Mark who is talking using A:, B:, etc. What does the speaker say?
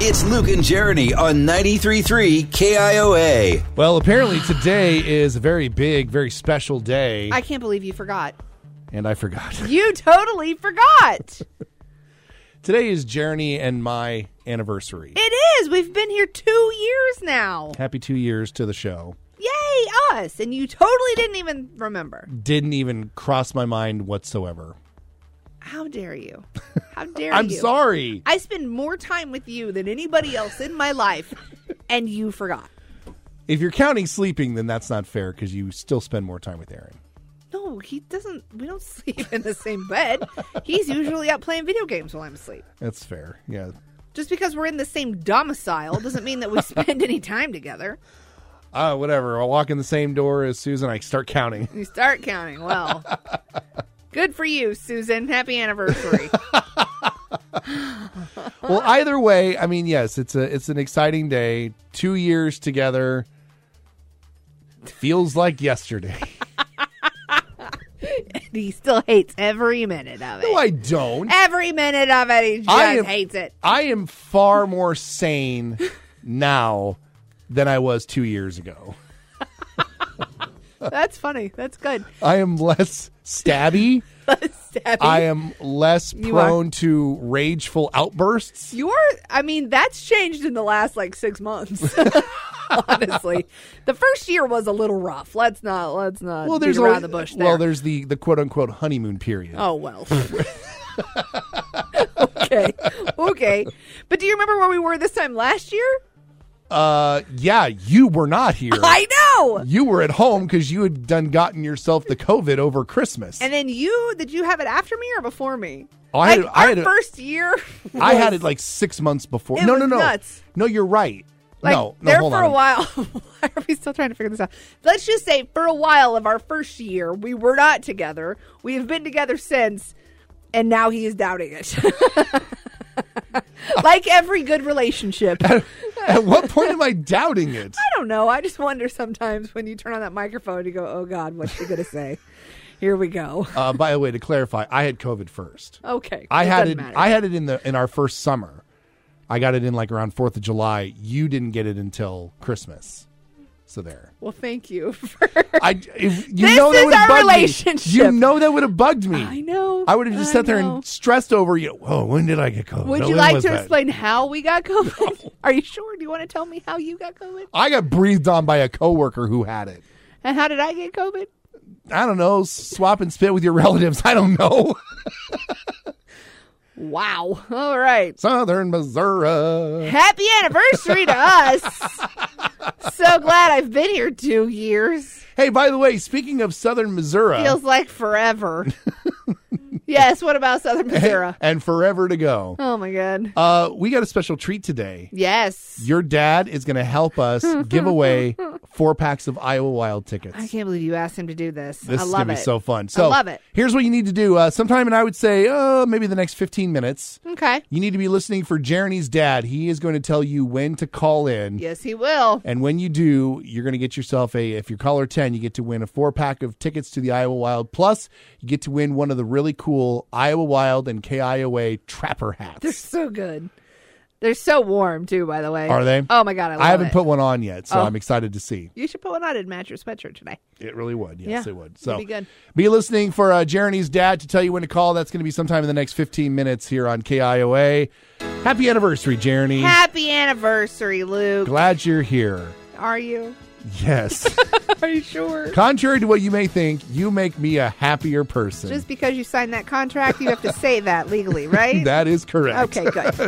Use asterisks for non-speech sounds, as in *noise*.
A: It's Luke and Jeremy on 93.3 KIOA.
B: Well, apparently today is a very big, very special day,
C: I can't believe you forgot.
B: and I forgot. *laughs*
C: You totally forgot.
B: Today is Jeremy and my anniversary.
C: It is. We've been here two years now.
B: Happy two years to the show.
C: Yay, us. And you totally didn't even remember.
B: Didn't even cross my mind whatsoever.
C: How dare you?
B: *laughs*
C: How dare
B: I'm
C: you?
B: sorry.
C: I spend more time with you than anybody else in my life, and you forgot.
B: If you're counting sleeping, then that's not fair because you still spend more time with Aaron.
C: No, he doesn't. We don't *laughs* sleep in the same bed. He's usually out playing video games while I'm asleep.
B: That's fair. Yeah.
C: Just because we're in the same domicile doesn't mean that we *laughs* spend any time together.
B: Uh, whatever. I walk in the same door as Susan. I start
C: *laughs*
B: counting.
C: You start counting.
B: *laughs*
C: Well, good for you, Susan. Happy
B: *laughs*
C: anniversary.
B: well, either way, I mean, yes, it's a it's an exciting day. Two years together feels like
C: *laughs*
B: yesterday.
C: he still hates every minute of it.
B: no, I don't.
C: every minute of it, he just
B: I am- *laughs*
C: hates it.
B: I am far more sane now than I was two years ago.
C: That's funny. That's good.
B: I am less stabby.
C: *laughs* Stabby.
B: I am less
C: You are.
B: prone to rageful outbursts.
C: Your, I mean, that's changed in the last like six months. *laughs* Honestly, the first year was a little rough. Let's not, let's not.
B: Well, there's
C: beat around
B: always-
C: the bush. There.
B: well, there's the the quote unquote honeymoon period. *laughs*
C: Oh well. *laughs* okay, okay. But do you remember where we were this time last year?
B: Uh, yeah, you were not here.
C: *laughs* I know.
B: you were at home because you had done gotten yourself the COVID over Christmas.
C: And then you did you have it after me or before me?
B: Oh, I had-
C: Like,
B: I
C: our
B: had a- *laughs*
C: first year.
B: I had
C: was,
B: it like six months before.
C: It
B: no,
C: was
B: no, no,
C: nuts.
B: no. You're right.
C: *laughs* like,
B: no, no,
C: there
B: hold on.
C: for a while. *laughs* Why are we still trying to figure this out? Let's just say for a while of our first year, we were not together. We have been together since, and now he is doubting it. *laughs* like every
B: *laughs*
C: good relationship. I
B: At what point am I doubting it?
C: don't know. I just wonder sometimes when you turn on that microphone, you go, "Oh God, what's she gonna say?" Here we go.
B: *laughs* Uh, by the way, to clarify, I had COVID first.
C: Okay,
B: I
C: Oh, it
B: had
C: doesn't
B: it.
C: matter.
B: I had it in the in our first summer. I got it in like around Fourth of July. You didn't get it until Christmas. So there.
C: well, thank you *laughs* for.
B: I if, you
C: This
B: know that
C: is
B: would have
C: our
B: bugged
C: relationship.
B: me. You know that would have bugged me.
C: I know.
B: I would have just
C: I
B: sat there
C: know.
B: and stressed over you. Oh, when did I get COVID?
C: Would
B: Oh,
C: you
B: when
C: like
B: was
C: to
B: that?"
C: explain how we got
B: *laughs*
C: COVID? Are you sure? Do you want to tell me how you got COVID?
B: I got breathed on by a coworker who had it.
C: And how did I get COVID?
B: I don't know. Swap and spit with your relatives. *laughs* I don't know.
C: Wow. All right.
B: Southern Missouri.
C: Happy anniversary to
B: *laughs*
C: us. so glad I've been here two years.
B: Hey, by the way, speaking of Southern Missouri,
C: Feels
B: *laughs*
C: like forever. yes. What about Southern Missouri?
B: and forever to go.
C: Oh, my God.
B: Uh, we got a special treat today.
C: Yes.
B: Your dad is going to help us give
C: *laughs*
B: away four packs of Iowa Wild tickets.
C: I can't believe you asked him to do this.
B: This
C: I
B: is
C: love
B: going to be
C: it.
B: so fun. So
C: love it.
B: Here's what you need to do. Uh, sometime, and I would say, uh, maybe the next 15 minutes.
C: okay.
B: You need to be listening for Jeremy's dad. He is going to tell you when to call in.
C: Yes, he will.
B: And when you do, you're going to get yourself a, if you're caller 10, you get to win a four pack of tickets to the Iowa Wild. Plus, you get to win one of the really cool Iowa Wild and KIOA trapper hats.
C: They're so good. They're so warm, too, by the way.
B: Are they?
C: Oh, my God. I love
B: I haven't
C: it.
B: put one on yet, so
C: Oh.
B: I'm excited to see.
C: You should put one on and match your sweatshirt today.
B: It really would. Yes,
C: Yeah,
B: it would.
C: it'd
B: So
C: be good.
B: be listening for uh, Jeremy's dad to tell you when to call. That's going to be sometime in the next 15 minutes here on KIOA. Happy anniversary,
C: Mm.
B: Jeremy.
C: Happy anniversary, Luke.
B: Glad you're here.
C: Are you?
B: Yes.
C: *laughs* Are you sure?
B: Contrary to what you may think, you make me a happier person.
C: Just because you signed *laughs* that contract, you have to say that legally, right?
B: that is correct.
C: *laughs* okay, good.